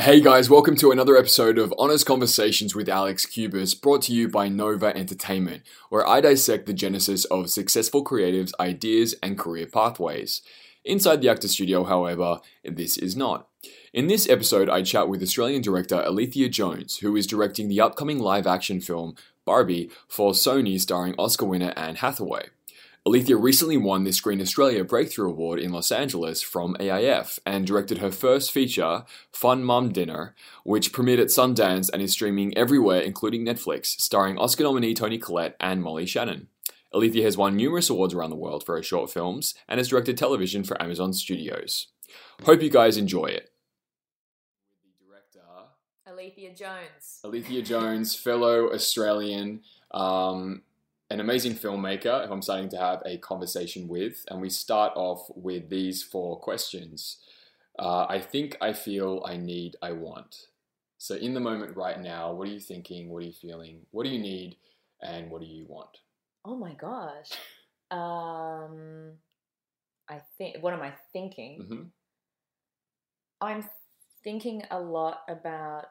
Hey guys, welcome to another episode of Honest Conversations with Alex Cubis, brought to you by Nova Entertainment, where I dissect the genesis of successful creatives' ideas and career pathways. Inside the actor studio, however, this is not. In this episode, I chat with Australian director Alethea Jones, who is directing the upcoming live action film Barbie for Sony, starring Oscar winner Anne Hathaway. Alethea recently won the Screen Australia Breakthrough Award in Los Angeles from AIF and directed her first feature, Fun Mum Dinner, which premiered at Sundance and is streaming everywhere, including Netflix, starring Oscar nominee Tony Collette and Molly Shannon. Alethea has won numerous awards around the world for her short films and has directed television for Amazon Studios. Hope you guys enjoy it. Director Alethea Jones. Alethea Jones, fellow Australian, um, an amazing filmmaker who I'm starting to have a conversation with. And we start off with these four questions uh, I think, I feel, I need, I want. So, in the moment right now, what are you thinking? What are you feeling? What do you need? And what do you want? Oh my gosh. Um, I think. What am I thinking? hmm I'm thinking a lot about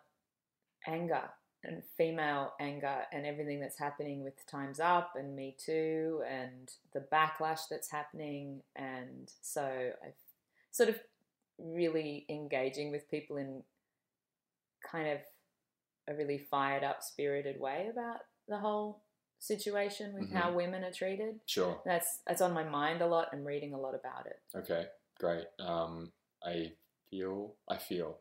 anger and female anger and everything that's happening with Times Up and Me Too and the backlash that's happening. And so i sort of really engaging with people in kind of a really fired up, spirited way about the whole situation with how women are treated. Sure. That's that's on my mind a lot. I'm reading a lot about it. Okay. Great. Um, I feel, I feel.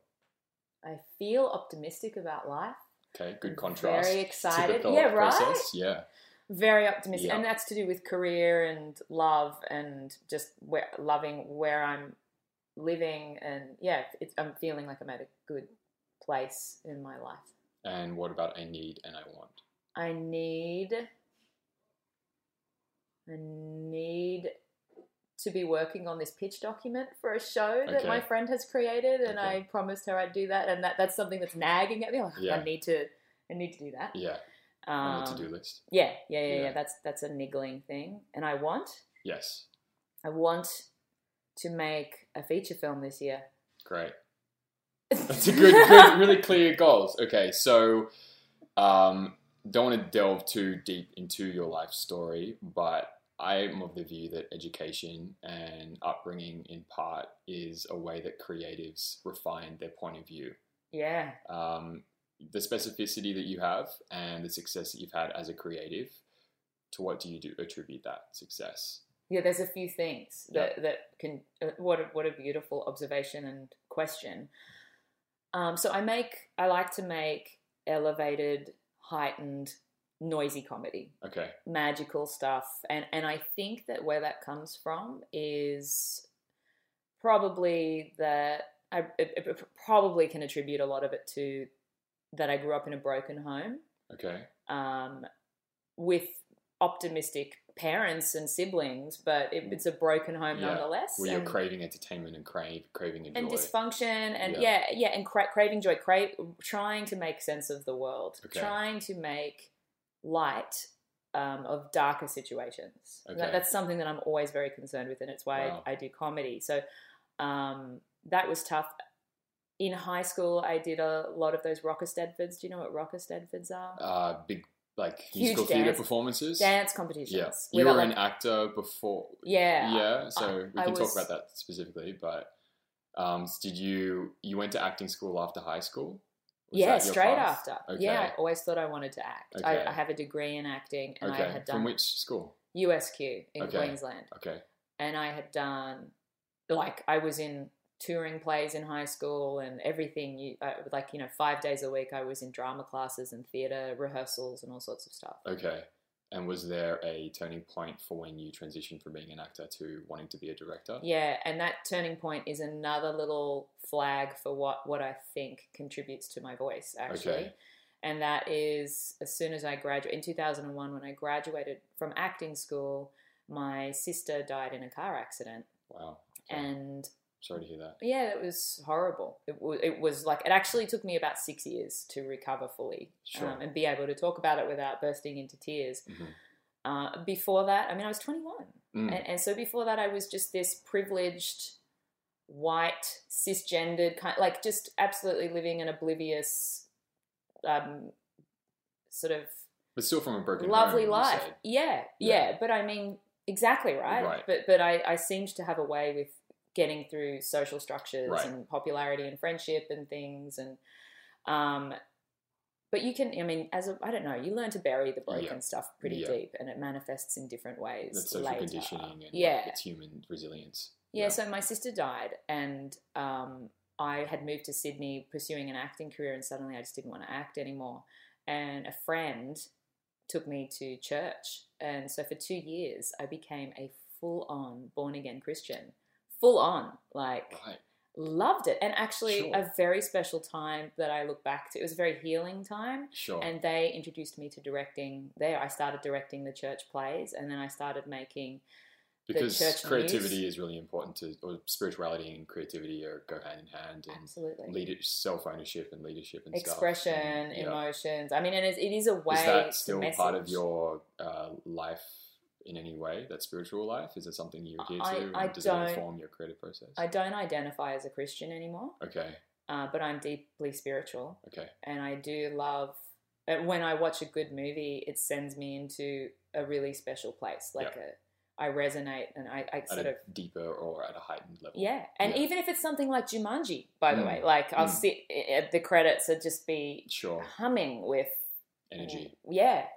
I feel optimistic about life. Okay. Good contrast. Very excited. Typical yeah, right. process. Yeah. Very optimistic, Yeah. and that's to do with career and love and just where, loving where I'm living. And yeah, it's, I'm feeling like I'm at a good place in my life. And what about I need and I want? I need, I need to be working on this pitch document for a show that my Okay. friend has created, and Okay. I promised her I'd do that. And that, that's something that's nagging at me. Like, Yeah. I need to, I need to do that. Yeah. On Um, the to do list. Yeah, yeah, yeah, yeah, Yeah. That's that's a niggling thing, and I want, Yes. I want to make a feature film this year. Great. That's a good, good really clear goals. Okay, so um, don't want to delve too deep into your life story, but I'm of the view that education and upbringing, in part, is a way that creatives refine their point of view. yeah, Um, the specificity that you have and the success that you've had as a creative, to what do you do attribute that success? yeah. There's a few things that that can. Uh, what a, what a beautiful observation and question. Um, so I make I like to make elevated, heightened, noisy comedy. Okay, magical stuff and and I think that where that comes from is probably that I it- it- it probably can attribute a lot of it to that I grew up in a broken home okay, um, with optimistic parents and siblings but it, it's a broken home Mm. Yeah, nonetheless where you're and- craving entertainment and crave craving enjoy. and dysfunction and yeah Yeah. yeah, and cra- craving joy crave trying to make sense of the world Okay. trying to make light um, of darker situations That- Okay. that's something that i'm always very concerned with and it's why Wow. I, I do comedy so um, that was tough in high school i did a lot of those rocker stedfords do you know what rocker stedfords are uh, big like Huge musical theater dance- performances. dance competitions Yeah, We you got were like- an actor before. yeah Yeah, so we I can talk was- about that specifically. But um, did you you went to acting school after high school? Was yeah, that your straight path? after. Okay. Yeah, I always thought I wanted to act. Okay. I, I have a degree in acting, and okay. I had done From which school? USQ in Okay. Queensland. Okay. And I had done, like, I was in touring plays in high school and everything. You, I, like, you know, five days a week I was in drama classes and theatre rehearsals and all sorts of stuff. Okay. And was there a turning point for when you transitioned from being an actor to wanting to be a director? Yeah, and that turning point is another little flag for what, what I think contributes to my voice, actually. Okay. And that is as soon as I graduated, in 2001, when I graduated from acting school, my sister died in a car accident. Wow. Okay. And Sorry to hear that. Yeah, it was horrible. It, w- it was like, it actually took me about six years to recover fully Sure. um, and be able to talk about it without bursting into tears. Mhm. Uh, before that, I mean, I was 21. Mm. And, and so before that, I was just this privileged white, cisgendered, kind like just absolutely living an oblivious, um, sort of but still from a broken home, lovely you life. said. Yeah, yeah, But I mean, exactly right. Right. But but I I seemed to have a way with getting through social structures Right. and popularity and friendship and things and um. But you can, I mean, as a, I don't know, you learn to bury the broken Yeah. stuff pretty Yeah. deep, and it manifests in different ways. That's social later. conditioning and like, Yeah. it's human resilience. Yeah, so my sister died, and um, I had moved to Sydney pursuing an acting career, and suddenly I just didn't want to act anymore. And a friend took me to church, and so for two years I became a full-on born-again Christian, full-on, like Right. loved it, and actually Sure. a very special time that I look back to. It was a very healing time Sure. and they introduced me to directing there i started directing the church plays and then i started making because church creativity is really important to, or spirituality and creativity are go hand in hand, and absolutely leader, self ownership and leadership and stuff. expression, And, yeah. emotions. I mean, and it is, it is a way. Is that to still message. part of your uh, life in any way? That spiritual life is it something you adhere I- to? and I does don't- it inform your creative process? I don't identify as a Christian anymore, okay, uh, but I'm deeply spiritual, okay, and I do love. and When I watch a good movie, it sends me into a really special place. Like a, I resonate, and I, I at sort a of deeper or at a heightened level. yeah. And Yeah. even if it's something like Jumanji, by the Mm. way, like I'll Mm. sit at the credits and just be sure, humming with energy. Yeah,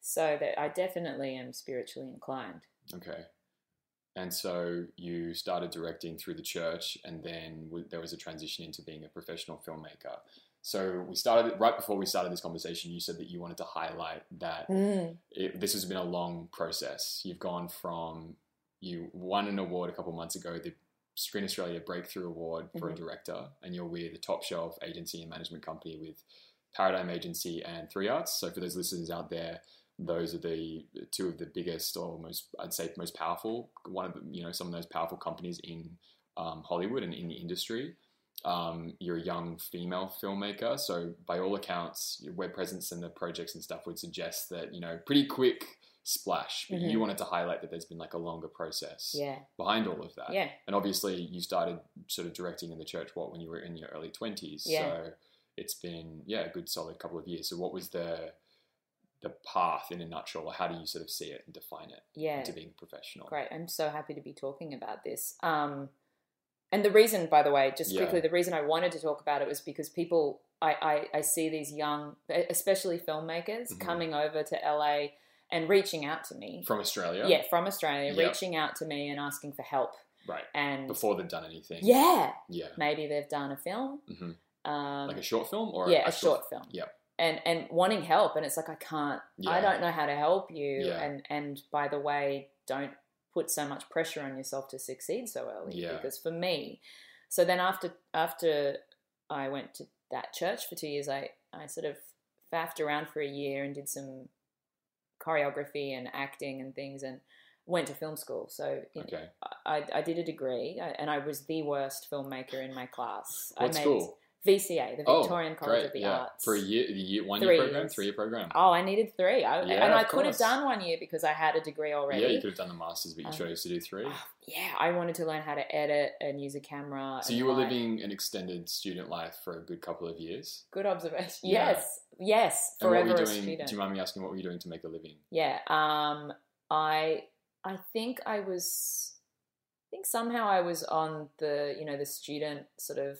so that I definitely am spiritually inclined. Okay. And so you started directing through the church, and then w- there was a transition into being a professional filmmaker. So we started right before we started this conversation. You said that you wanted to highlight that Mm. it, this has been a long process. You've gone from you won an award a couple months ago, the Screen Australia Breakthrough Award for a Mhm. director, and you're with a top shelf agency and management company with Paradigm Agency and Three Arts. So for those listeners out there, those are the two of the biggest or most I'd say most powerful one of the, you know some of those powerful companies in um, Hollywood and in the industry. Um, you're a young female filmmaker, so by all accounts, your web presence and the projects and stuff would suggest that you know pretty quick splash. But you Mhm. wanted to highlight that there's been like a longer process Yeah, behind all of that. yeah. And obviously, you started sort of directing in the church what when you were in your early twenties. Yeah. So it's been yeah a good solid couple of years. So what was the the path in a nutshell? How do you sort of see it and define it Yeah. into being a professional? Great. I'm so happy to be talking about this. Um, and the reason, by the way, just Yeah. quickly, the reason I wanted to talk about it was because people, I, I, I see these young, e, especially filmmakers, Mhm. coming over to LA and reaching out to me. From Australia, yeah, from Australia, Yeah. reaching out to me and asking for help. right. And Before they've done anything, yeah, yeah, maybe they've done a film. hmm Um, like a short film or yeah, a actual- short film. yeah. And and wanting help, and it's like I can't. Yeah. I don't know how to help you. Yeah. And and by the way, don't put so much pressure on yourself to succeed so early. Yeah. Because for me, so then after after I went to that church for two years, I I sort of faffed around for a year and did some choreography and acting and things, and went to film school. So you know, Okay, I, I did a degree, I- and I was the worst filmmaker in my class. I what made school? VCA, the Oh, Victorian College Great, of the yeah, Arts. for a year, the year one Three year program, years. three year program. Oh, I needed three. I, Yeah, and I of could have course. done one year because I had a degree already. yeah, you could have done the masters, but you Um, chose to do three. Oh, yeah, I wanted to learn how to edit and use a camera. So and you were light. living an extended student life for a good couple of years. Good observation. Yeah. Yes, yes, And forever what were a you doing? student. Do you mind me asking what were you doing to make a living? yeah. Um. I I think I was. I think somehow I was on the you know the student sort of.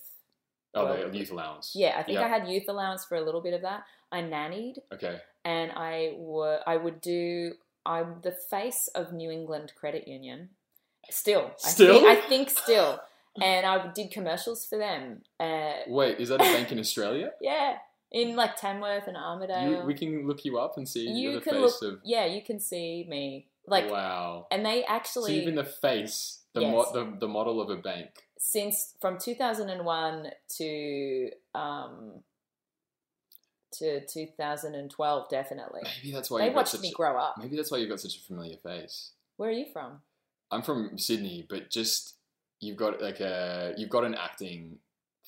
Oh, Well, the youth allowance. Yeah, I think Yeah. I had youth allowance for a little bit of that. I nannied Okay. and I were I would do I'm the face of New England Credit Union. Still, I Still? think, I think still, and I did commercials for them. Uh, Wait, is that a bank in Australia? yeah, in like Tamworth and Armadale. You, we can look you up and see You you're the can face of. yeah, you can see me like, wow. and they So actually you've been the face, the, mo- Yes. the the model of a bank. since from 2001 to um to 2012 definitely. Maybe that's why They you've got watched such. me grow up. maybe that's why you've got such a familiar face. Where are you from? I'm from Sydney, but just you've got like a you've got an acting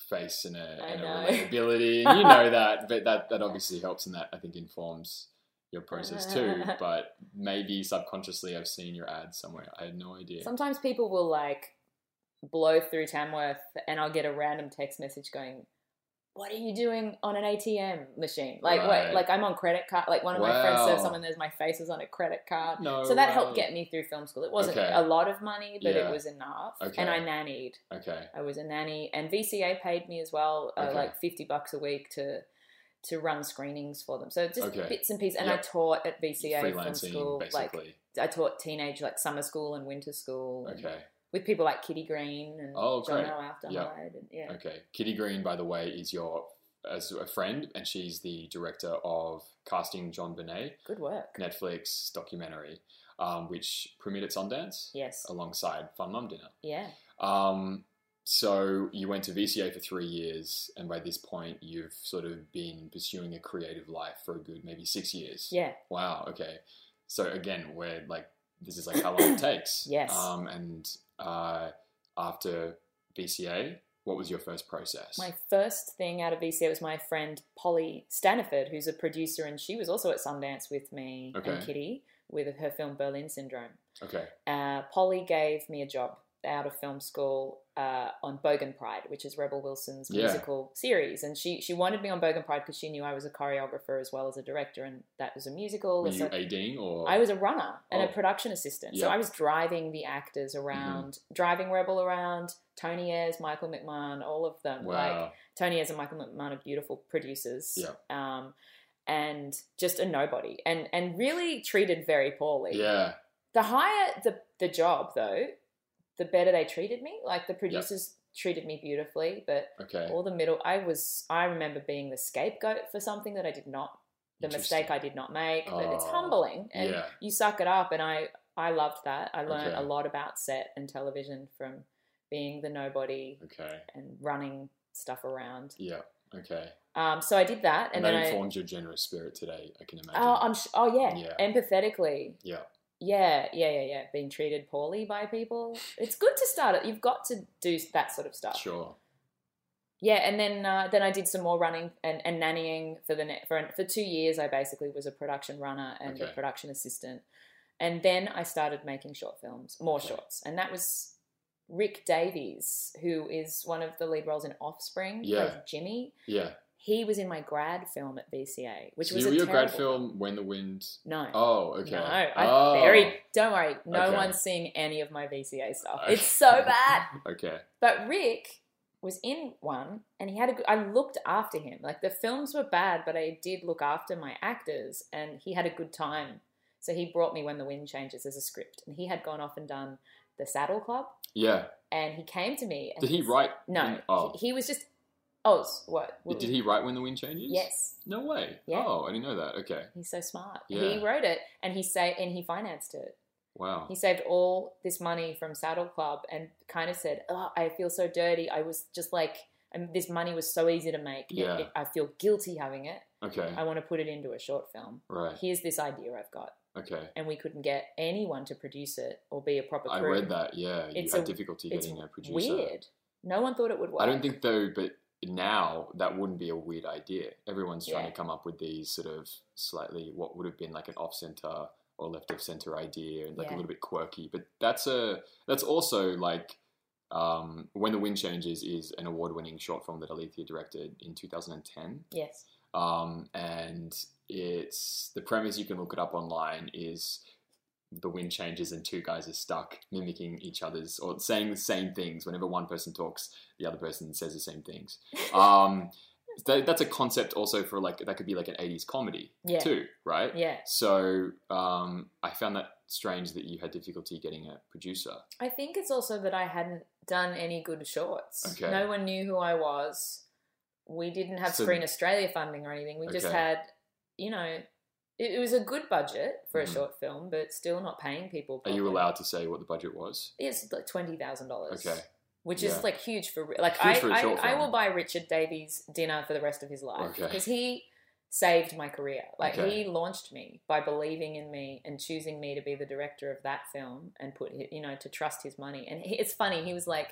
face and a, I and a know. relatability, and you know that. But that that obviously helps, and that I think informs your process too. But maybe subconsciously, I've seen your ad somewhere. I had no idea. Sometimes people will like blow through Tamworth and I'll get a random text message going, "What are you doing on an ATM machine?" Like, Right. wait, like I'm on credit card. Like one of my friends Wow. served someone there's my face was on a credit card. No. so that helped way. get me through film school. It wasn't Okay. a lot of money, but Yeah. it was enough. Okay. And I nannied. Okay. I was a nanny, and VCA paid me as well, uh, Okay. like fifty bucks a week to to run screenings for them. So just Okay. bits and pieces. And I Yep. taught at VCA E from Freelancing, school. Like basically. I taught teenage, like summer school and winter school. and- okay. with people like Kitty Green and Oh, John great. Afterhide. Yeah. And, yeah. Okay. Kitty Green, by the way, is your as a friend, and she's the director of casting John Bonet, Good work. Netflix documentary, um, which premiered at Sundance Yes. alongside Fun Mum Dinner. Yeah. Um, so you went to VCA for three years, and by this point, you've sort of been pursuing a creative life for a good maybe six years. Yeah. Wow. Okay. So again, we're like, this is like how long it takes. Yes. Um, and uh, after VCA, what was your first process? My first thing out of VCA was my friend Polly Staniford, who's a producer, and she was also at Sundance with me Okay. and Kitty with her film Berlin Syndrome. okay. Uh, Polly gave me a job out of film school uh, on Bogan Pride, which is Rebel Wilson's Yeah. musical series, and she she wanted me on Bogan Pride because she knew I was a choreographer as well as a director, and that was a musical. Were so- you ADing or? I was a runner and Oh. a production assistant. So Yeah. Mm-hmm. I was driving the actors around, driving Rebel around, Tony Ayres, Michael McMahon, all of them. Wow. Like Tony Ayres and Michael McMahon are beautiful producers. Yeah. Um, and just a nobody and and really treated very poorly. yeah. The higher the the job though, the better they treated me. Like the producers treated me beautifully, but Okay. all the middle I was I remember being the scapegoat for something that I did not the Interesting. mistake I did not make. But it's Oh, humbling and yeah. you suck it up and i i loved that i learned Okay. a lot about set and television from being the nobody Okay. and running stuff around Yeah. Okay. um, so i did that And and that then i informed your generous spirit today, I can imagine. oh i'm sh- oh yeah. Yeah. empathetically Yeah. yeah yeah yeah yeah being treated poorly by people it's good to start it you've got to do that sort of stuff sure. yeah and then uh, then i did some more running and, and nannying for the net for, for two years i basically was a production runner and Okay. a production assistant and then i started making short films more Okay. shorts and that was rick davies who is one of the lead roles in offspring Yeah. plays jimmy Yeah. he was in my grad film at vca which so was you a were your grad terrible- film When the Wind. no Oh, okay. No, I oh. very. Don't worry, no Okay. one's seeing any of my VCA stuff. Okay. It's so bad. Oh, Okay. But Rick was in one, and he had a good. I looked after him. Like the films were bad, but I did look after my actors, and he had a good time. So he brought me when the wind changes as a script, and he had gone off and done the Saddle Club, Yeah. and he came to me. And Did he he's- write? No, When, oh. he, he was just. Oh, s- what? Did he write When the Wind Changes? Yes, No way. Yeah. Oh, I didn't know that. Okay. he's so smart. Yeah. He wrote it, and he say, and he financed it. Wow. He saved all this money from Saddle Club and kind of said, oh, I feel so dirty. I was just like, and this money was so easy to make. It- Yeah. Mm. it- I feel guilty having it. Okay. I want to put it into a short film. Right. Here's this idea I've got. Okay. And we couldn't get anyone to produce it or be a proper I crew. read that. Yeah. You It's had a- difficulty it's getting a producer. Weird. No one thought it would work. I don't think though, but now that wouldn't be a weird idea. Everyone's trying Yeah. to come up with these sort of slightly what would have been like an off center or left of center idea and like a Yeah. little bit quirky. But that's a that's also like um, when the wind changes is an award winning short film that Alethea directed in 2010 Yes. um, and it's the premise you can look it up online is the wind changes and two guys are stuck mimicking each other's or saying the same things whenever one person talks the other person says the same things um, that, that's a concept also for like that could be like an 80s comedy Yeah. too right Yeah. so um, i found that strange that you had difficulty getting a producer I think it's also that I hadn't done any good shorts. Okay. No one knew who I was. We didn't have So- Screen Australia funding or anything. We just Okay. had, you know, it, it was a good budget for Mhm. a short film, but still not paying people. are you properly. allowed to say what the budget was It's like twenty thousand dollars. okay Which Yeah. is like huge for like Huge I, for a I, short I film. will buy Richard Davies dinner for the rest of his life Okay. because he saved my career. Like Okay. he launched me by believing in me and choosing me to be the director of that film and put hi- you know to trust his money. And he, it's funny he was like,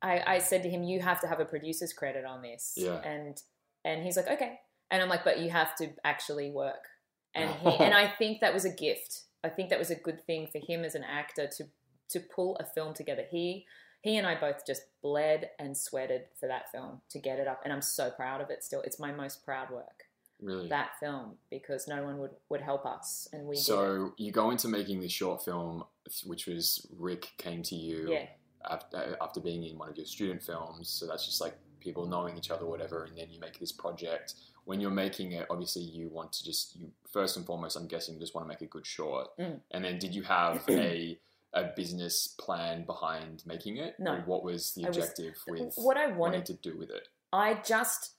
I, I said to him, you have to have a producer's credit on this. Yeah. And and he's like, okay. And I'm like, but you have to actually work. And he, and I think that was a gift. I think that was a good thing for him as an actor to to pull a film together. He he and I both just bled and sweated for that film to get it up, and I'm so proud of it. Still, it's my most proud work Really. that film because no one would would help us, and we did so you go into making this short film, which was Rick came to it. you yeah, after, after being in one of your student films. So that's just like people knowing each other, whatever. And then you make this project. When you're making it, obviously you want to just you first and foremost, I'm guessing, you just want to make a good short. Mm. And then, did you have a a business plan behind making it? No. Or what was the I was- objective with what I wanting wanted to do with it? I just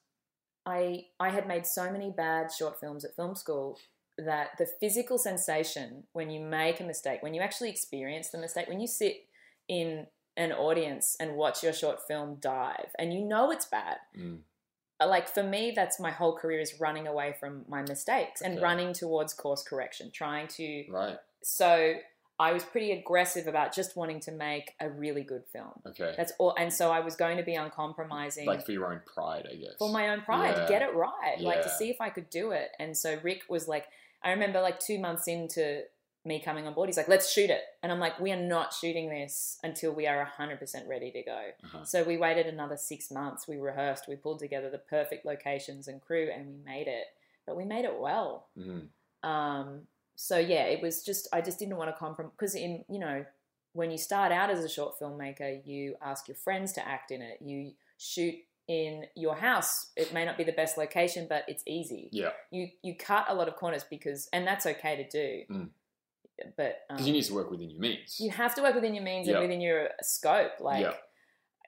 I I had made so many bad short films at film school that the physical sensation when you make a mistake, when you actually experience the mistake, when you sit in an audience and watch your short film dive and you know it's bad. uh, Mm. Like for me, that's my whole career is running away from my mistakes and Okay. running towards course correction, trying to Right. so I was pretty aggressive about just wanting to make a really good film. Okay. That's all and so I was going to be uncompromising like for your own pride, I guess. for my own pride Yeah. to get it right like to Yeah. see if i could do it and so rick was like i remember like two months into me coming on board he's like let's shoot it and i'm like we are not shooting this until we are 100% ready to go Uh-huh. so we waited another six months we rehearsed we pulled together the perfect locations and crew and we made it but we made it well Mm. um, so yeah it was just i just didn't want to compromise because in you know when you start out as a short filmmaker you ask your friends to act in it you shoot in your house it may not be the best location but it's easy Yeah. you you cut a lot of corners because and that's okay to do Mm. but um, Because you need to work within your means. you have to work within your means Yeah. and within your scope like Yeah.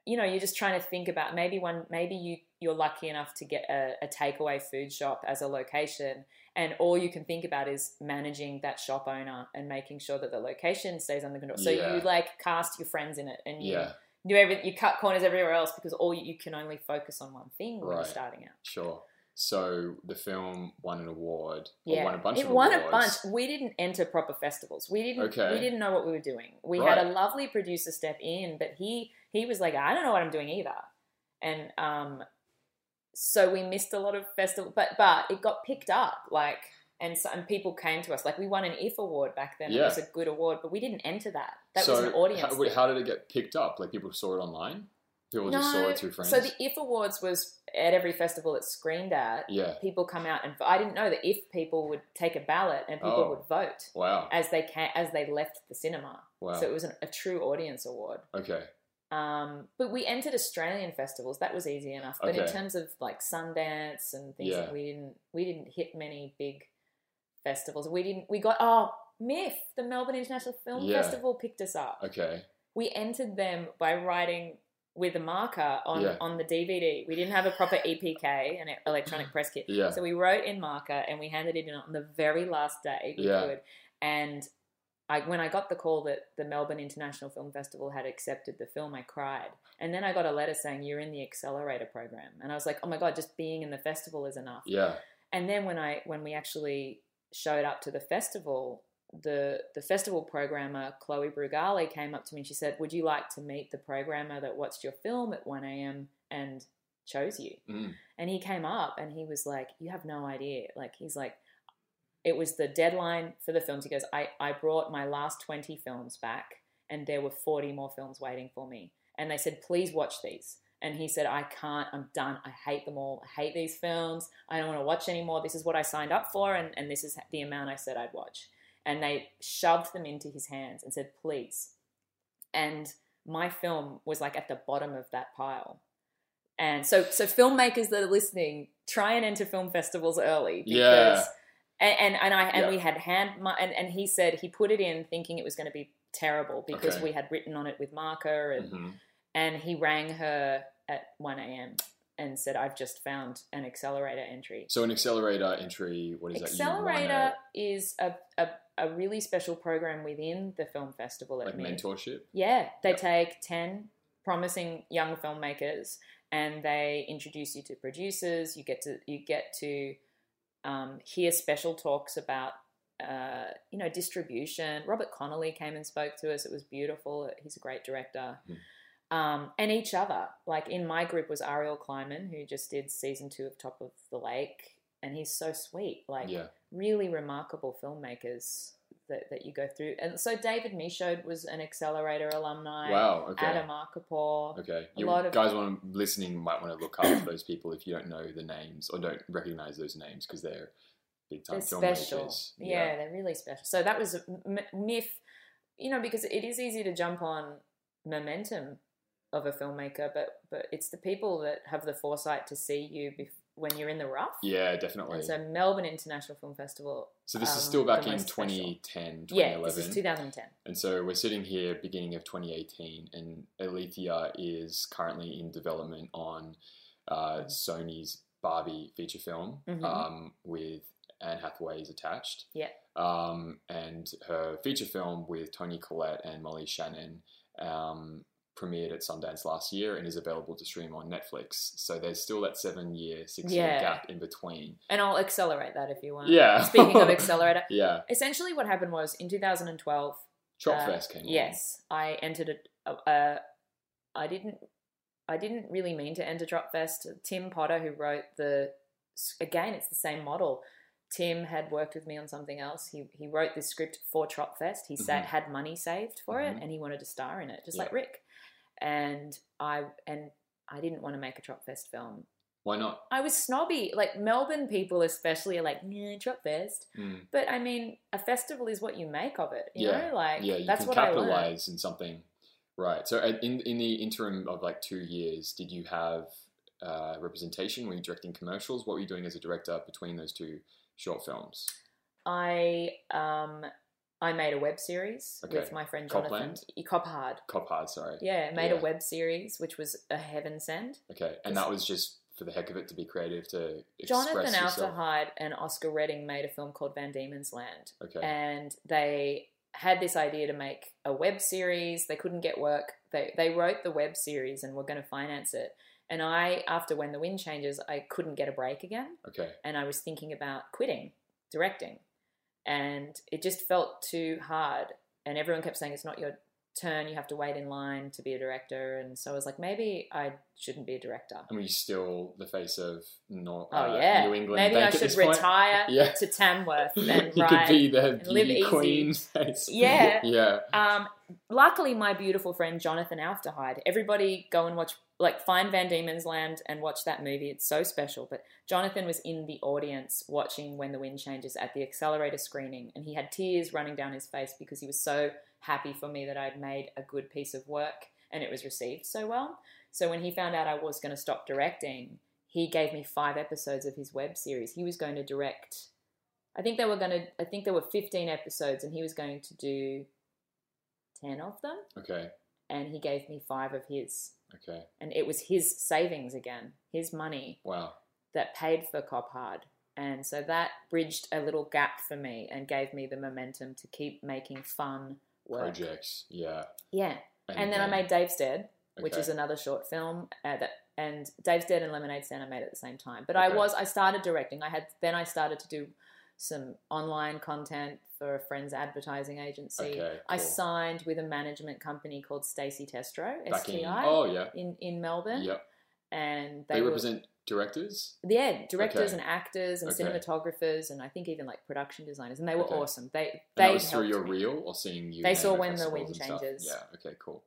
you know you're just trying to think about maybe one maybe you you're lucky enough to get a, a takeaway food shop as a location and all you can think about is managing that shop owner and making sure that the location stays under control so Yeah. you like cast your friends in it and you yeah. do everything you cut corners everywhere else because all you, you can only focus on one thing when you're Right. starting out Sure. So the film won an award. Or yeah won a bunch it of won a bunch awards. we didn't enter proper festivals we didn't Okay. we didn't know what we were doing we had Right. a lovely producer step in but he he was like i don't know what i'm doing either and um so we missed a lot of festival but but it got picked up like and some people came to us like we won an if award back then it Yeah. was a good award but we didn't enter that that so was an audience How, wait, how did it get picked up? Like people saw it online? People just saw it through friends? so the if awards was at every festival it's screened at yeah. people come out and i didn't know that if people would take a ballot and people Oh. would vote Wow. as they ca as they left the cinema. Wow. So it was an, a true audience award. okay. Um, but we entered Australian festivals. That was easy enough. But in Okay. terms of like Sundance and things, Yeah. like we didn't we didn't hit many big festivals. We didn't. We got oh. MIF, the Melbourne International Film Yeah. Festival, picked us up. Okay. We entered them by writing with a marker on, Yeah. on the DVD. We didn't have a proper EPK, an e-, electronic press kit. Yeah. So we wrote in marker and we handed it in on the very last day we Yeah. could. And I, when I got the call that the Melbourne International Film Festival had accepted the film, I cried. And then I got a letter saying, You're in the accelerator program. And I was like, Oh my God, just being in the festival is enough. Yeah. And then when I when we actually showed up to the festival, the the festival programmer Chloe Brugali came up to me and she said, "Would you like to meet the programmer that watched your film at 1 a.m. and chose you?" Mm. And he came up and he was like, "You have no idea." Like he's like it was the deadline for the films. He goes, "I I brought my last 20 films back and there were 40 more films waiting for me." And they said, "Please watch these." And he said, "I can't. I'm done. I hate them all. I hate these films. I don't want to watch anymore. This is what I signed up for and and this is the amount I said I'd watch." And they shoved them into his hands and said, "Please." And my film was like at the bottom of that pile. And so, so filmmakers that are listening, try and enter film festivals early. Yeah. And, and, and I and Yeah. we had hand mar- and, and he said he put it in thinking it was going to be terrible because Okay. we had written on it with marker and hmm and he rang her at one a.m. and said I've just found an accelerator entry. So an accelerator entry, what is Accelerator that? is a, a, a really special program within the film festival You at wanna, like Mid. mentorship? Yeah, they Yeah. take 10 promising young filmmakers and they introduce you to producers. You get to you get to um, hear special talks about uh, you know distribution. Robert Connolly came and spoke to us. It was beautiful. He's a great director. Mhm. Um, and each other. Like in my group was Ariel Kleiman, who just did season two of Top of the Lake, and he's so sweet. Like yeah. really remarkable filmmakers that, that you go through. And so David Michaud was an accelerator alumni. Wow. Okay. Adam Arcapor. Okay. A You lot of- guys want to, listening might want to look up those people if you don't know the names or don't recognize those names because they're big time They're filmmakers. special. Yeah. they're really special. So that was a m- MIF, you know, because it is easy to jump on momentum of a filmmaker, but but it's the people that have the foresight to see you bef- when you're in the rough. Yeah, definitely. And so So, Melbourne International Film Festival. this um, is still back the in most special. 2010, 2011. Yeah, this is 2010. And so we're sitting here beginning of 2018, and Alethea is currently in development on uh, Sony's Barbie feature film Mhm. um, with Anne Hathaway is attached. Yeah. Um, and her feature film with Tony Collette and Molly Shannon um, premiered at Sundance last year and is available to stream on Netflix. So there's still that seven year, six year Yeah. gap in between. And I'll accelerate that if you want. Yeah. Speaking of accelerator, Yeah. essentially what happened was in 2012, Chop Uh, Fest came on. yes, I entered a, a, a I didn't I didn't really mean to enter Drop Fest. Tim Potter who wrote the again, it's the same model. Tim had worked with me on something else. He he wrote this script for Trop Fest. He sat, Mhm. had money saved for Mhm. it and he wanted to star in it, just Yeah. like Rick. And I and I didn't want to make a Trop Fest film. Why not? I was snobby. Like Melbourne people especially are like, nah, Trop Fest. Mm. But I mean, a festival is what you make of it. You Yeah. know, like yeah, you that's can what I learned. capitalize in something, right? So, uh, in in the interim of like two years, did you have uh, representation? Were you directing commercials? What were you doing as a director between those two short films? I um I made a web series Okay. with my friend Jonathan Copland? E- Cophard. Cop Hard, sorry. Yeah, made Yeah. a web series which was a heaven send. Okay, and that was just for the heck of it to be creative to express Jonathan yourself. Alterhide and Oscar Redding made a film called Van Diemen's Land, Okay, and they had this idea to make a web series. They couldn't get work. They they wrote the web series and were going to finance it. And I, after When the Wind Changes, I couldn't get a break again. okay, and I was thinking about quitting directing. And it just felt too hard. And everyone kept saying, it's not your turn. You have to wait in line to be a director. And so I was like, maybe I shouldn't be a director. and were you still the face of North, Oh, uh, yeah. New England? maybe Bank I at should this point? retire Yeah, to Tamworth and you could write. be the live beauty easy. queen face. Yeah. yeah. Um, luckily, my beautiful friend Jonathan Alfterhide. Everybody go and watch, like, find Van Diemen's Land and watch that movie. It's so special. But Jonathan was in the audience watching When the Wind Changes at the accelerator screening, and he had tears running down his face because he was so happy for me that I'd made a good piece of work and it was received so well. So when he found out I was going to stop directing, he gave me five episodes of his web series. He was going to direct. I think they were going to. I think there were fifteen episodes, and he was going to do ten of them. Okay, And he gave me five of his, okay, and it was his savings again, his money wow. that paid for Cop Hard. And so that bridged a little gap for me and gave me the momentum to keep making fun work. Projects, yeah. Yeah. And then I made Dave's Dead, which okay. is another short film uh, that and Dave's Dead and Lemonade Stand I made at the same time. But Okay. I was I started directing. I had then I started to do some online content for a friend's advertising agency. Okay, I cool. signed with a management company called Stacey Testro, Back in- STI, oh yeah, in, in Melbourne. yep. And They, they, were- represent directors. yeah, directors Okay. and actors and Okay. cinematographers and I think even like production designers. And they were Okay. awesome. They And they that was through helped your me. reel or seeing you. They name saw at when the festivals wind and stuff? changes. Yeah. Okay. Cool.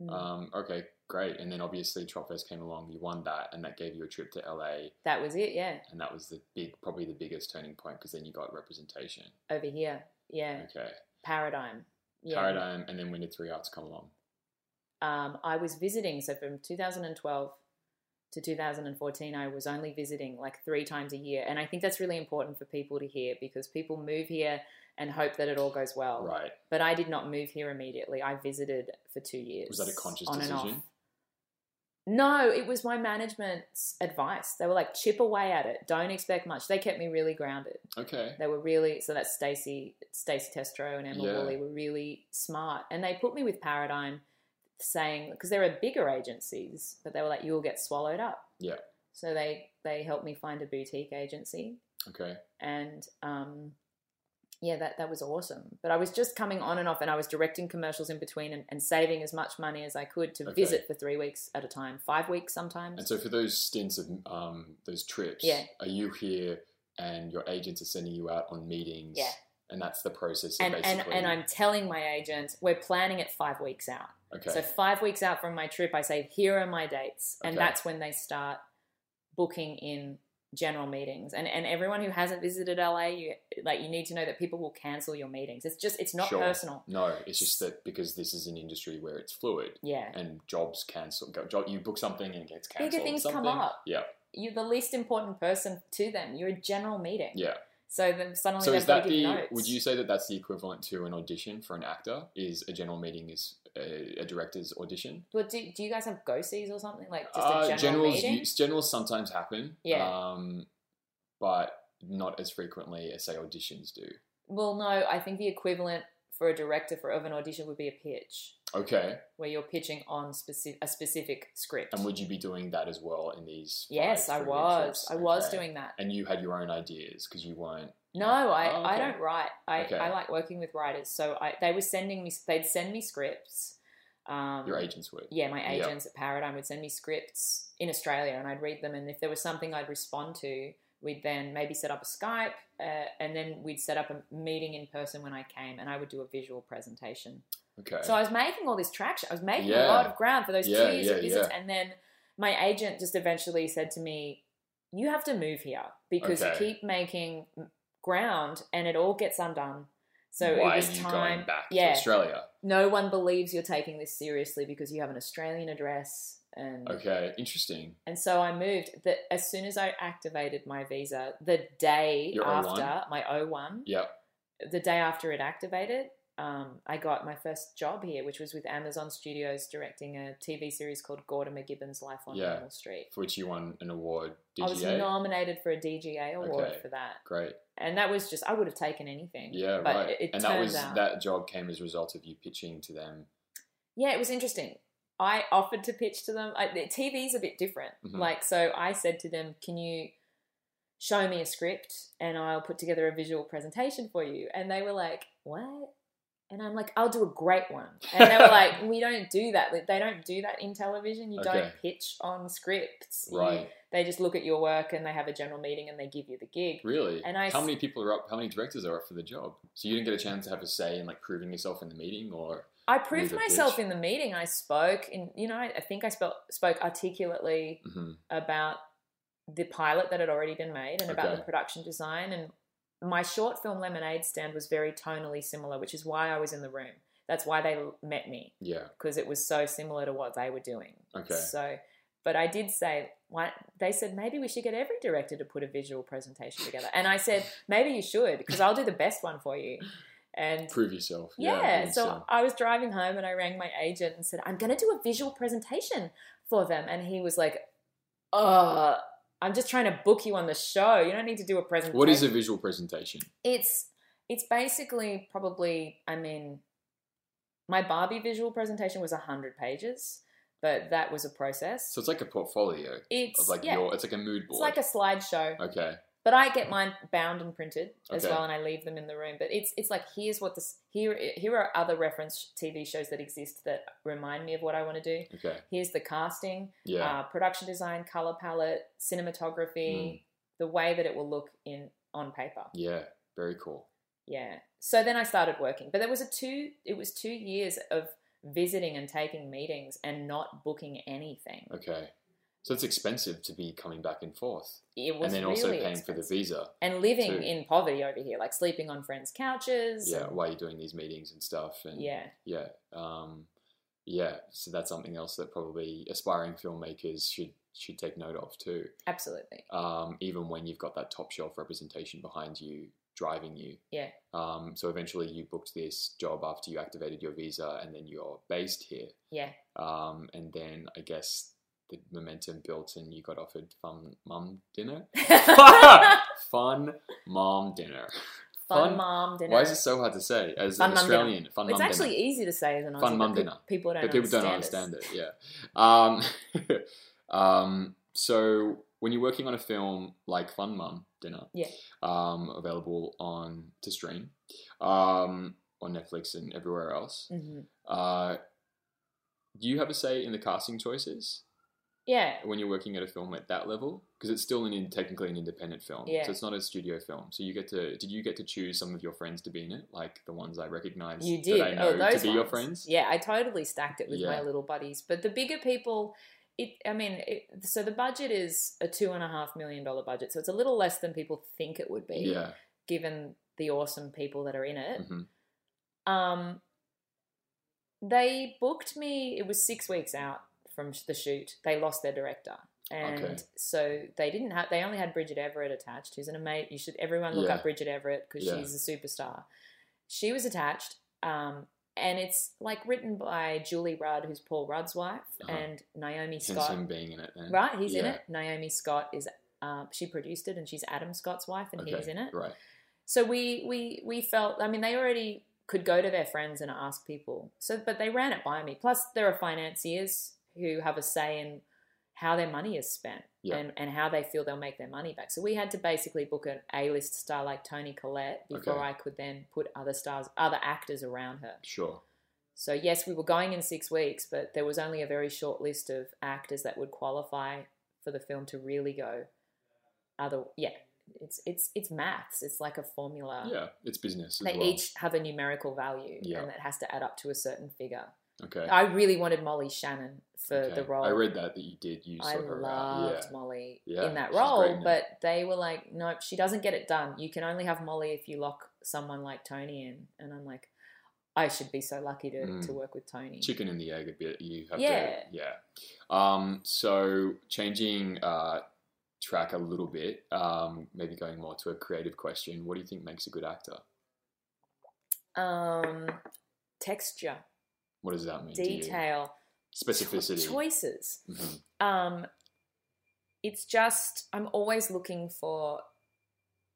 Mm. Um, okay. Great. And then obviously Tropfest came along. You won that, and that gave you a trip to LA, that was it, yeah. and that was the big, probably the biggest turning point because then you got representation. Over here. Yeah. Okay. Paradigm. Yeah. Paradigm, and then when did Three Arts come along? um, I was visiting. So from 2012 to 2014, I was only visiting like three times a year. And I think that's really important for people to hear because people move here and hope that it all goes well. Right. But I did not move here immediately. I visited for two years. Was that a conscious on and off. decision? No, it was my management's advice. They were like, chip away at it. Don't expect much. They kept me really grounded. Okay. They were really so that's Stacey Stacey Testro and Emma Yeah. Woolley were really smart, and they put me with Paradigm, saying because there are bigger agencies, but they were like you'll get swallowed up. Yeah. So they they helped me find a boutique agency, Okay. and um, yeah, that that was awesome. But I was just coming on and off, and I was directing commercials in between, and, and saving as much money as I could to Okay. visit for three weeks at a time, five weeks sometimes. And so for those stints of um, those trips, Yeah. are you here and your agents are sending you out on meetings Yeah. And that's the process. of And, and, basically- and I'm telling my agent, we're planning it five weeks out. okay. So five weeks out from my trip, I say, here are my dates, and Okay. that's when they start booking in general meetings. And and everyone who hasn't visited LA, you like you need to know that people will cancel your meetings. It's just it's not Sure. personal. no, it's just that because this is an industry where it's fluid Yeah, and jobs cancel. Go, job, you book something and it gets Bigger cancelled. things come something- up. Yeah. you're the least important person to them. You're a general meeting. Yeah. So then suddenly So they've is got that to give the? notes. Would you say that that's the equivalent to an audition for an actor? Is a general meeting is uh, a, a director's audition? But do, do you guys have go sees or something like just a Uh, general generals, meeting? u- generals sometimes happen. Yeah. Um, but not as frequently as say auditions do. Well, no, I think the equivalent for a director for of an audition would be a pitch. Okay. Where you're pitching on specific a specific script. And would you be doing that as well in these? five Yes, I three-week was. trips? I was Okay. doing that. And you had your own ideas because you weren't. No, I, Oh, I okay. don't write. I, Okay. I like working with writers. So I, they were sending me, they'd send me scripts. Um, Your agents were. Yeah, my Yep. agents at Paradigm would send me scripts in Australia and I'd read them. And if there was something I'd respond to, we'd then maybe set up a Skype uh, and then we'd set up a meeting in person when I came and I would do a visual presentation. Okay. So I was making all this traction. I was making a Yeah. lot of ground for those Yeah, two years yeah, of business. And then my agent just eventually said to me, You have to move here because Okay. you keep making ground and it all gets undone. So why it was are you time. going back yeah. to Australia? No one believes you're taking this seriously because you have an Australian address. And, Okay, interesting. and so I moved. That As soon as I activated my visa, the day Your after O1? my O1, Yep. the day after it activated, um, I got my first job here, which was with Amazon Studios directing a TV series called Gordon McGibbon's Life on Yeah. Normal Street. For which you won an award. DGA. I was nominated for a DGA award Okay. for that, Great. and that was just I would have taken anything. Yeah, but right. It, it and turned that was out, that job came as a result of you pitching to them. yeah, it was interesting. I offered to pitch to them. I, the TV's a bit different, Mhm. like so. I said to them, "Can you?" Show me a script and I'll put together a visual presentation for you. And they were like, What? And I'm like, I'll do a great one. And they were like, we don't do that. Like, They don't do that in television. You Okay. don't pitch on scripts. You- Right. they just look at your work and they have a general meeting and they give you the gig. Really? And I how s- many people are up? How many directors are up for the job? So you didn't get a chance to have a say in like proving yourself in the meeting, or I proved Neither myself pitch. in the meeting. I spoke and you know, I, I think I spoke, spoke articulately Mhm. about the pilot that had already been made and about Okay. the production design and my short film Lemonade Stand was very tonally similar, which is why I was in the room. That's why they l- met me. yeah, because it was so similar to what they were doing. Okay. So, but I did say, why, they said maybe we should get every director to put a visual presentation together, and I said maybe you should because I'll do the best one for you. And prove yourself. yeah, prove so yourself. I was driving home and I rang my agent and said I'm going to do a visual presentation for them, and he was like, "Uh, I'm just trying to book you on the show. You don't need to do a presentation." what is a visual presentation? it's it's basically probably i mean my barbie visual presentation was 100 pages but that was a process So it's like a portfolio it's of like yeah, your. It's like a mood it's board. like a slideshow okay, but i get mine bound and printed as Okay. well and i leave them in the room but it's it's like here's what this here here are other reference tv shows that exist that remind me of what i want to do okay, here's the casting yeah, uh, production design color palette Hmm. cinematography the way that it will look in on paper yeah, very cool. yeah. So then I started working, but there was a two. It was two years of visiting and taking meetings and not booking anything. Okay, so it's expensive to be coming back and forth, It was and then really also paying for the expensive. visa. and living too. in poverty over here, like sleeping on friends' couches. Yeah, while you're doing these meetings and stuff, and yeah. yeah, um, yeah. So that's something else that probably aspiring filmmakers should should take note of too. Absolutely. um, even when you've got that top shelf representation behind you driving you. Yeah. Um, so eventually you booked this job after you activated your visa and then you're based here. Yeah. Um, and then I guess the momentum built and you got offered fun mum dinner. fun mom dinner. fun Fun- mum dinner. Why is it so hard to say as Fun an mum dinner. Australian? Fun it's mum actually dinner. easy to say than Aussie, Fun mum but pe- dinner. People don't. But people don't understand understand us. it. Yeah. Um, um, so when you're working on a film like Fun Mum Dinner, Yeah. um, available on to stream, um, on Netflix and everywhere else, Mhm. uh, do you have a say in the casting choices? Yeah. when you're working at a film at that level because it's still an in, technically an independent film Yeah. so it's not a studio film so you get to did you get to choose some of your friends to be in it like the ones i recognize You did. that i know oh, those to be your ones. friends Yeah, I totally stacked it with Yeah. my little buddies. But the bigger people, it. I mean, it, so the budget is a two and a half million dollar budget, so it's a little less than people think it would be, yeah given the awesome people that are in it. hmm Um, they booked me. It was six weeks out from sh- the shoot. They lost their director, and Okay. so they didn't have. They only had Bridget Everett attached, who's an amazing. You should everyone look Yeah. up Bridget Everett because Yeah. she's a superstar. She was attached, um, and it's like written by Julie Rudd, who's Paul Rudd's wife, Uh-huh. and Naomi hence Scott. him being in it then. Right, he's in Yeah. it. Naomi Scott is. Um, she produced it, and she's Adam Scott's wife, and okay he's in it. right So we we we felt. I mean, they already could go to their friends and ask people. So, but they ran it by me. Plus, there are financiers who have a say in how their money is spent Yeah. and, and how they feel they'll make their money back. So we had to basically book an A-list star like Tony Collette before Okay. I could then put other stars, other actors around her. sure So yes, we were going in six weeks, but there was only a very short list of actors that would qualify for the film to really go. Other, yeah, it's it's it's maths. It's like a formula. yeah it's business as Uh, They well. each have a numerical value, Yeah. and that has to add up to a certain figure. okay I really wanted Molly Shannon for Okay. the role. i read that that you did you I sought her out loved uh, yeah Molly Yeah, in that she's great in role, it. but they were like, nope, she doesn't get it done. You can only have Molly if you lock someone like Tony in. And I'm like, I should be so lucky to, Mm. to work with Tony. chicken and the egg a bit. You have to, Yeah. yeah. Um, so changing uh, track a little bit, um, maybe going more to a creative question. What do you think makes a good actor? Um, texture, What does that mean? to you? detail, specificity. cho- choices. Mhm. Um, it's just I'm always looking for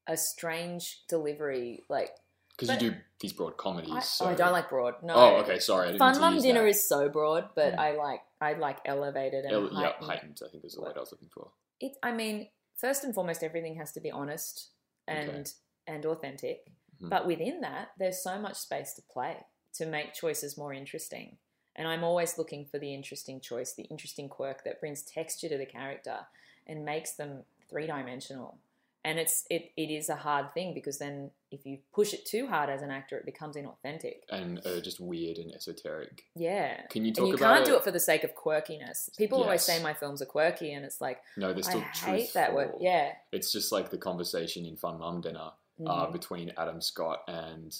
a strange delivery. Like Because you But- do these broad comedies. I, so. oh, I don't like broad. No. Oh, okay. Sorry. I didn't Fun mean to Mum use Dinner that. is so broad, but Mm. I like I like elevated and El- yeah, heightened. heightened. I think is the word I was looking for. It, I mean, first and foremost, everything has to be honest and Okay. and authentic. Mhm. But within that, there's so much space to play to make choices more interesting. And I'm always looking for the interesting choice, the interesting quirk that brings texture to the character and makes them three dimensional. And it's it, it is a hard thing because then if you push it too hard as an actor, it becomes inauthentic. And uh, just weird and esoteric. Yeah. Can you And talk you about can't do it for the sake of quirkiness. People Yes. always say my films are quirky, and it's like No, there's I still hate truth. that word. Yeah, It's just like the conversation in Fun Mum Dinner uh, Mhm. between Adam Scott and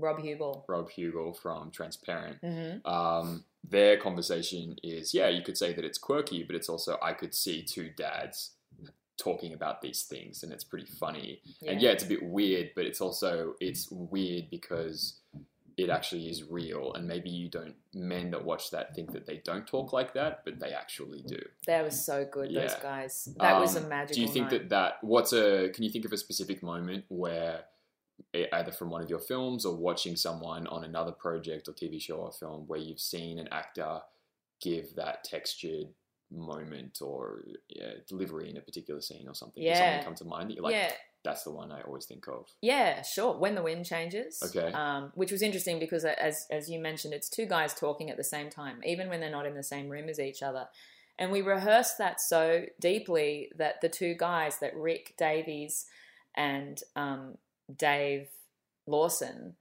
Rob Hubel. Rob Hugel from Transparent. hmm Um, their conversation is, yeah, you could say that it's quirky, but it's also I could see two dads talking about these things, and it's pretty funny. Yeah. And yeah, it's a bit weird, but it's also it's weird because it actually is real, and maybe you don't men that watch that think that they don't talk like that, but they actually do. That was so good, those Yeah. guys. That was a Um, magical Do you think that night. that what's a can you think of a specific moment where e- either from one of your films or watching someone on another project or TV show or film where you've seen an actor give that textured moment or yeah, delivery in a particular scene or something? Does Yeah. something come to mind that you're like, yeah, that's the one I always think of. yeah, sure. When the wind changes. Okay. Um, which was interesting because, uh, as as you mentioned, it's two guys talking at the same time, even when they're not in the same room as each other. And we rehearsed that so deeply that the two guys, that Rick Davies and um, Dave Lawson,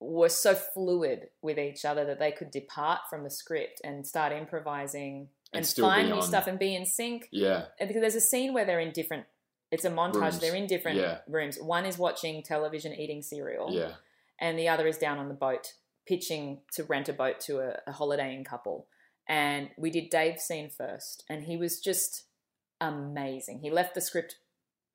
were so fluid with each other that they could depart from the script and start improvising And and, still find be new on- stuff and be in sync. Yeah. And because there's a scene where they're in different it's a montage Rooms. they're in different Yeah. rooms one is watching television eating cereal Yeah. and the other is down on the boat pitching to rent a boat to a, a holidaying couple and we did dave's scene first and he was just amazing he left the script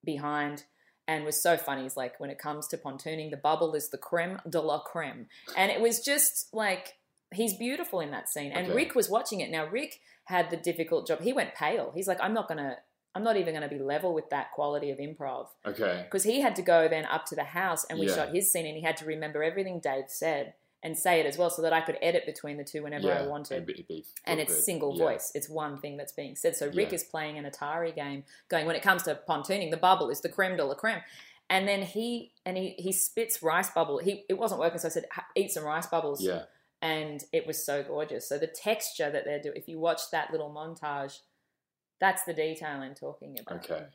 behind and was so funny he's like when it comes to pontooning the bubble is the creme de la creme and it was just like he's beautiful in that scene and Okay. rick was watching it now rick had the difficult job he went pale he's like i'm not gonna i'm not even gonna be level with that quality of improv Okay. because he had to go then up to the house and we Yeah. shot his scene and he had to remember everything Dave said and say it as well so that I could edit between the two whenever yeah. I wanted. it'd be- And it'd it's be- single yeah. voice. It's one thing that's being said. So Rick Yeah. is playing an Atari game, going, when it comes to pontooning, the bubble is the creme de la creme. And then he and he, he spits rice bubble. He it wasn't working, so I said, "Ha- eat some rice bubbles. Yeah. And it was so gorgeous. So the texture that they're doing, if you watch that little montage, That's the detail I'm talking about. Okay.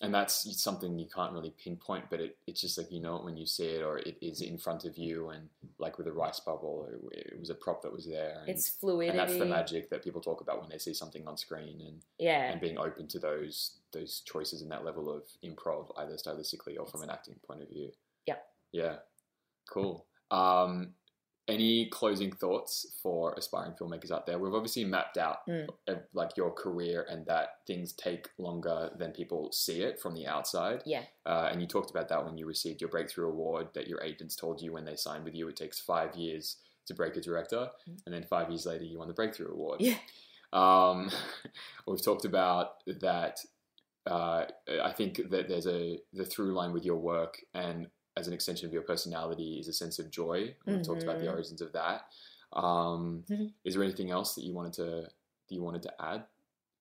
And that's something you can't really pinpoint, but it, it's just like you know it when you see it, or it is in front of you, and like with a rice bubble, it, it was a prop that was there. And, It's and fluidity. that's the magic that people talk about when they see something on screen, and, Yeah. and being open to those those choices and that level of improv, either stylistically or from an acting point of view. Yep. Yeah. Cool. Um, any closing thoughts for aspiring filmmakers out there? We've obviously mapped out Mm. uh, like your career and that things take longer than people see it from the outside. Yeah. Uh, and you talked about that when you received your breakthrough award that your agents told you when they signed with you it takes five years to break a director, Mm. and then five years later you won the breakthrough award. Yeah. Um, we've talked about that. Uh, I think that there's a the through line with your work and as an extension of your personality is a sense of joy. We've talked about the Mhm. origins of that. Um, Mhm. Is there anything else that you wanted to that you wanted to add?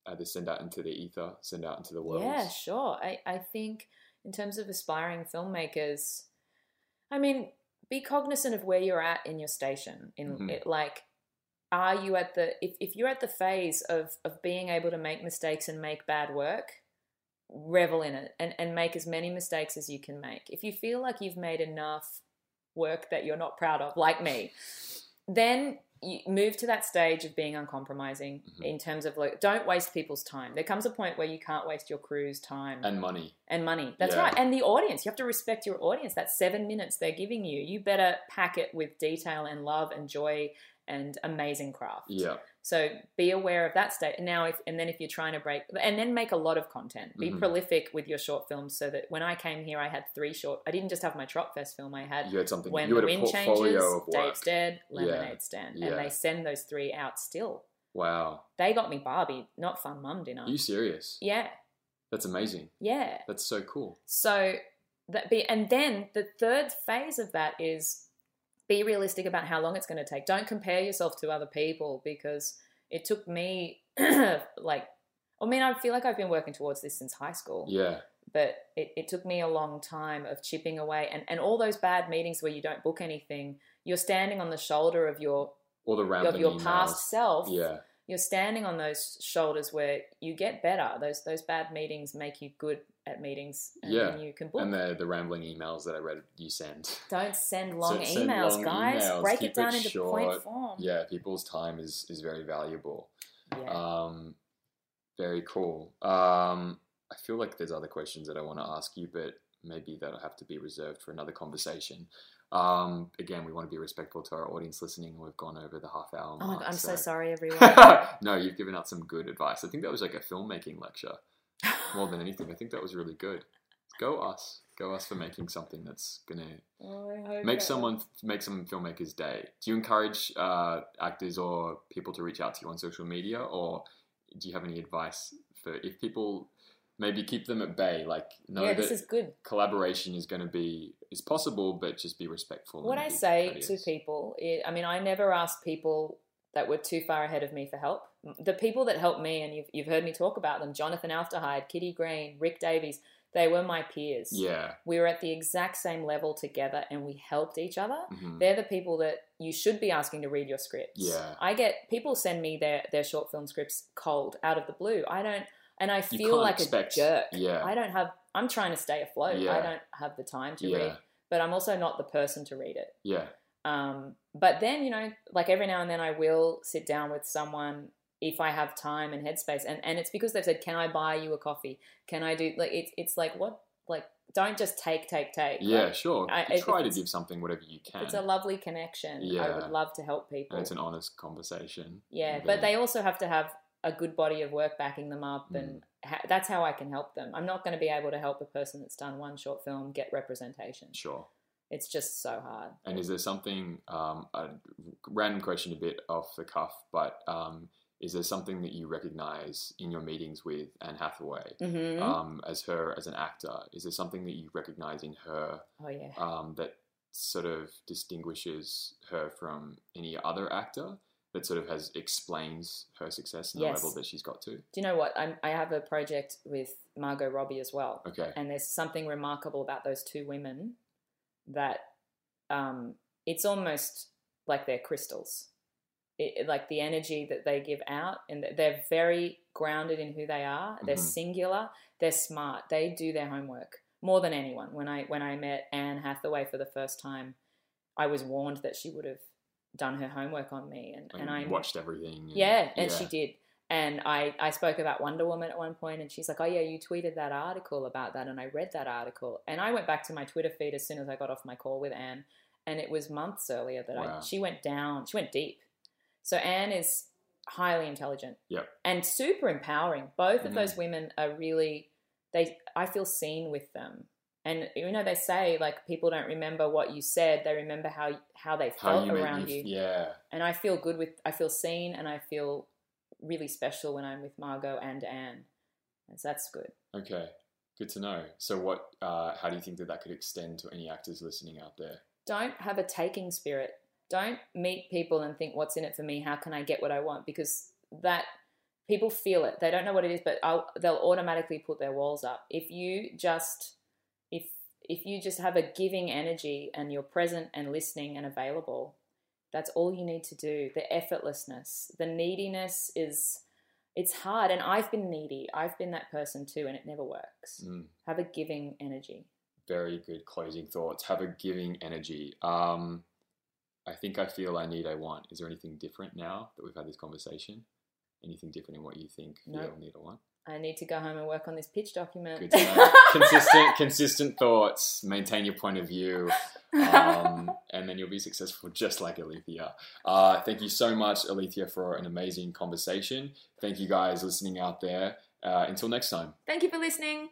Uh, to send out into the ether, send out into the world. Yeah, sure. I, I think in terms of aspiring filmmakers, I mean, be cognizant of where you're at in your station. In Mhm. it, like, are you at the if, if you're at the phase of of being able to make mistakes and make bad work, revel in it and, and make as many mistakes as you can make. If you feel like you've made enough work that you're not proud of, like me, then you move to that stage of being uncompromising Mhm. in terms of like don't waste people's time. There comes a point where you can't waste your crew's time And money. and money. That's Yeah. right. And the audience. You have to respect your audience. That seven minutes they're giving you, you better pack it with detail and love and joy and amazing craft. Yeah. So be aware of that state. Now, if and then if you're trying to break, and then make a lot of content. Be Mhm. prolific with your short films, so that when I came here, I had three short. I didn't just have my Trot Fest film. I had You had something. When you the had a Wind portfolio Changes, of work. Dave's Dead, Yeah. Lemonade Stand, Yeah. and they send those three out still. Wow. They got me Barbie, not Fun Mum Dinner. Are you serious? yeah, That's amazing. yeah. That's so cool. So that be and then the third phase of that is be realistic about how long it's going to take. Don't compare yourself to other people because it took me like I mean I feel like I've been working towards this since high school. Yeah. But it, it took me a long time of chipping away and, and all those bad meetings where you don't book anything, you're standing on the shoulder of your All the of rambling your emails. past self Yeah. you're standing on those shoulders where you get better. Those those bad meetings make you good at meetings, and Yeah. then you can book. And the the rambling emails that I read you send. Don't send long send emails, long guys. emails. Break Keep it down it into short. point form. Yeah, people's time is is very valuable. Yeah. Um, very cool. Um, I feel like there's other questions that I want to ask you, but maybe that'll have to be reserved for another conversation. Um, again, we want to be respectful to our audience listening. We've gone over the half hour. oh my mark, god, I'm so so- sorry, everyone. no, you've given out some good advice. I think that was like a filmmaking lecture. more than anything. I think that was really good. Go us, go us for making something that's gonna Oh, I hope make that- someone make some filmmakers' day. Do you encourage uh, actors or people to reach out to you on social media, or do you have any advice for if people maybe keep them at bay? Like know yeah, that this is good. collaboration is going to be is possible, but just be respectful. What and I be say to courteous. people, is, I mean, I never ask people that were too far ahead of me for help. The people that helped me, and you've, you've heard me talk about them, Jonathan Alderhyde, Kitty Green, Rick Davies, they were my peers. yeah, we were at the exact same level together and we helped each other mhm, they're the people that you should be asking to read your scripts Yeah. i get people send me their their short film scripts cold out of the blue i don't and i You feel can't like expect- a jerk Yeah, i don't have i'm trying to stay afloat Yeah. i don't have the time to Yeah. read but i'm also not the person to read it yeah, um, but then, you know, like every now and then I will sit down with someone if I have time and headspace. And, and it's because they've said, can I buy you a coffee? Can I do like, it's, it's like, what, like, don't just take, take, take. yeah. Like, sure, I- You if try to it's- give something whatever you can. it's a lovely connection. I Yeah. would love to help people. and it's an honest conversation. yeah. then- But they also have to have a good body of work backing them up. Mm. And ha- that's how I can help them. I'm not going to be able to help a person that's done one short film get representation. sure. It's just so hard. And is there something, um, a random question a bit off the cuff, but um, is there something that you recognize in your meetings with Anne Hathaway Mhm. um, as her, as an actor? Is there something that you recognize in her oh, yeah. um, that sort of distinguishes her from any other actor that sort of has explains her success and the Yes. level that she's got to? Do you know what? I'm, I have a project with Margot Robbie as well, Okay. and there's something remarkable about those two women that um, it's almost like they're crystals. it, like the energy that they give out and that they're very grounded in who they are they're Mhm. singular they're smart they do their homework more than anyone when i when i met anne hathaway for the first time i was warned that she would have done her homework on me and, and, and, i watched everything. and- yeah, and she did. And I, I spoke about Wonder Woman at one point, and she's like, Oh, yeah, you tweeted that article about that. And I read that article. And I went back to my Twitter feed as soon as I got off my call with Anne. And it was months earlier that Wow. I, she went down, she went deep. So Anne is highly intelligent Yep. and super empowering. Both Mhm. of those women are really, they, I feel seen with them. And you know, they say like people don't remember what you said, they remember how, how they How felt you around made you, you f- yeah, and I feel good with I feel seen and I feel really special when I'm with Margot and Anne. And so that's good. okay, good to know. So, what? Uh, how do you think that that could extend to any actors listening out there? Don't have a taking spirit. Don't meet people and think what's in it for me, how can I get what I want because that people feel it. They don't know what it is, but I'll, they'll automatically put their walls up. If you just if if you just have a giving energy and you're present and listening and available, that's all you need to do. The effortlessness, the neediness is it's hard and I've been needy. I've been that person too and it never works. Mm. Have a giving energy. very good closing thoughts. Have a giving energy. Um, I think I feel I need, I want. Is there anything different now that we've had this conversation? Anything different in what you think, No. feel, need, or want? I need to go home and work on this pitch document. Good to know. consistent, consistent thoughts. Maintain your point of view, um, and then you'll be successful, just like Alethea. Uh, thank you so much, Alethea, for an amazing conversation. Thank you guys listening out there. Uh, until next time. Thank you for listening.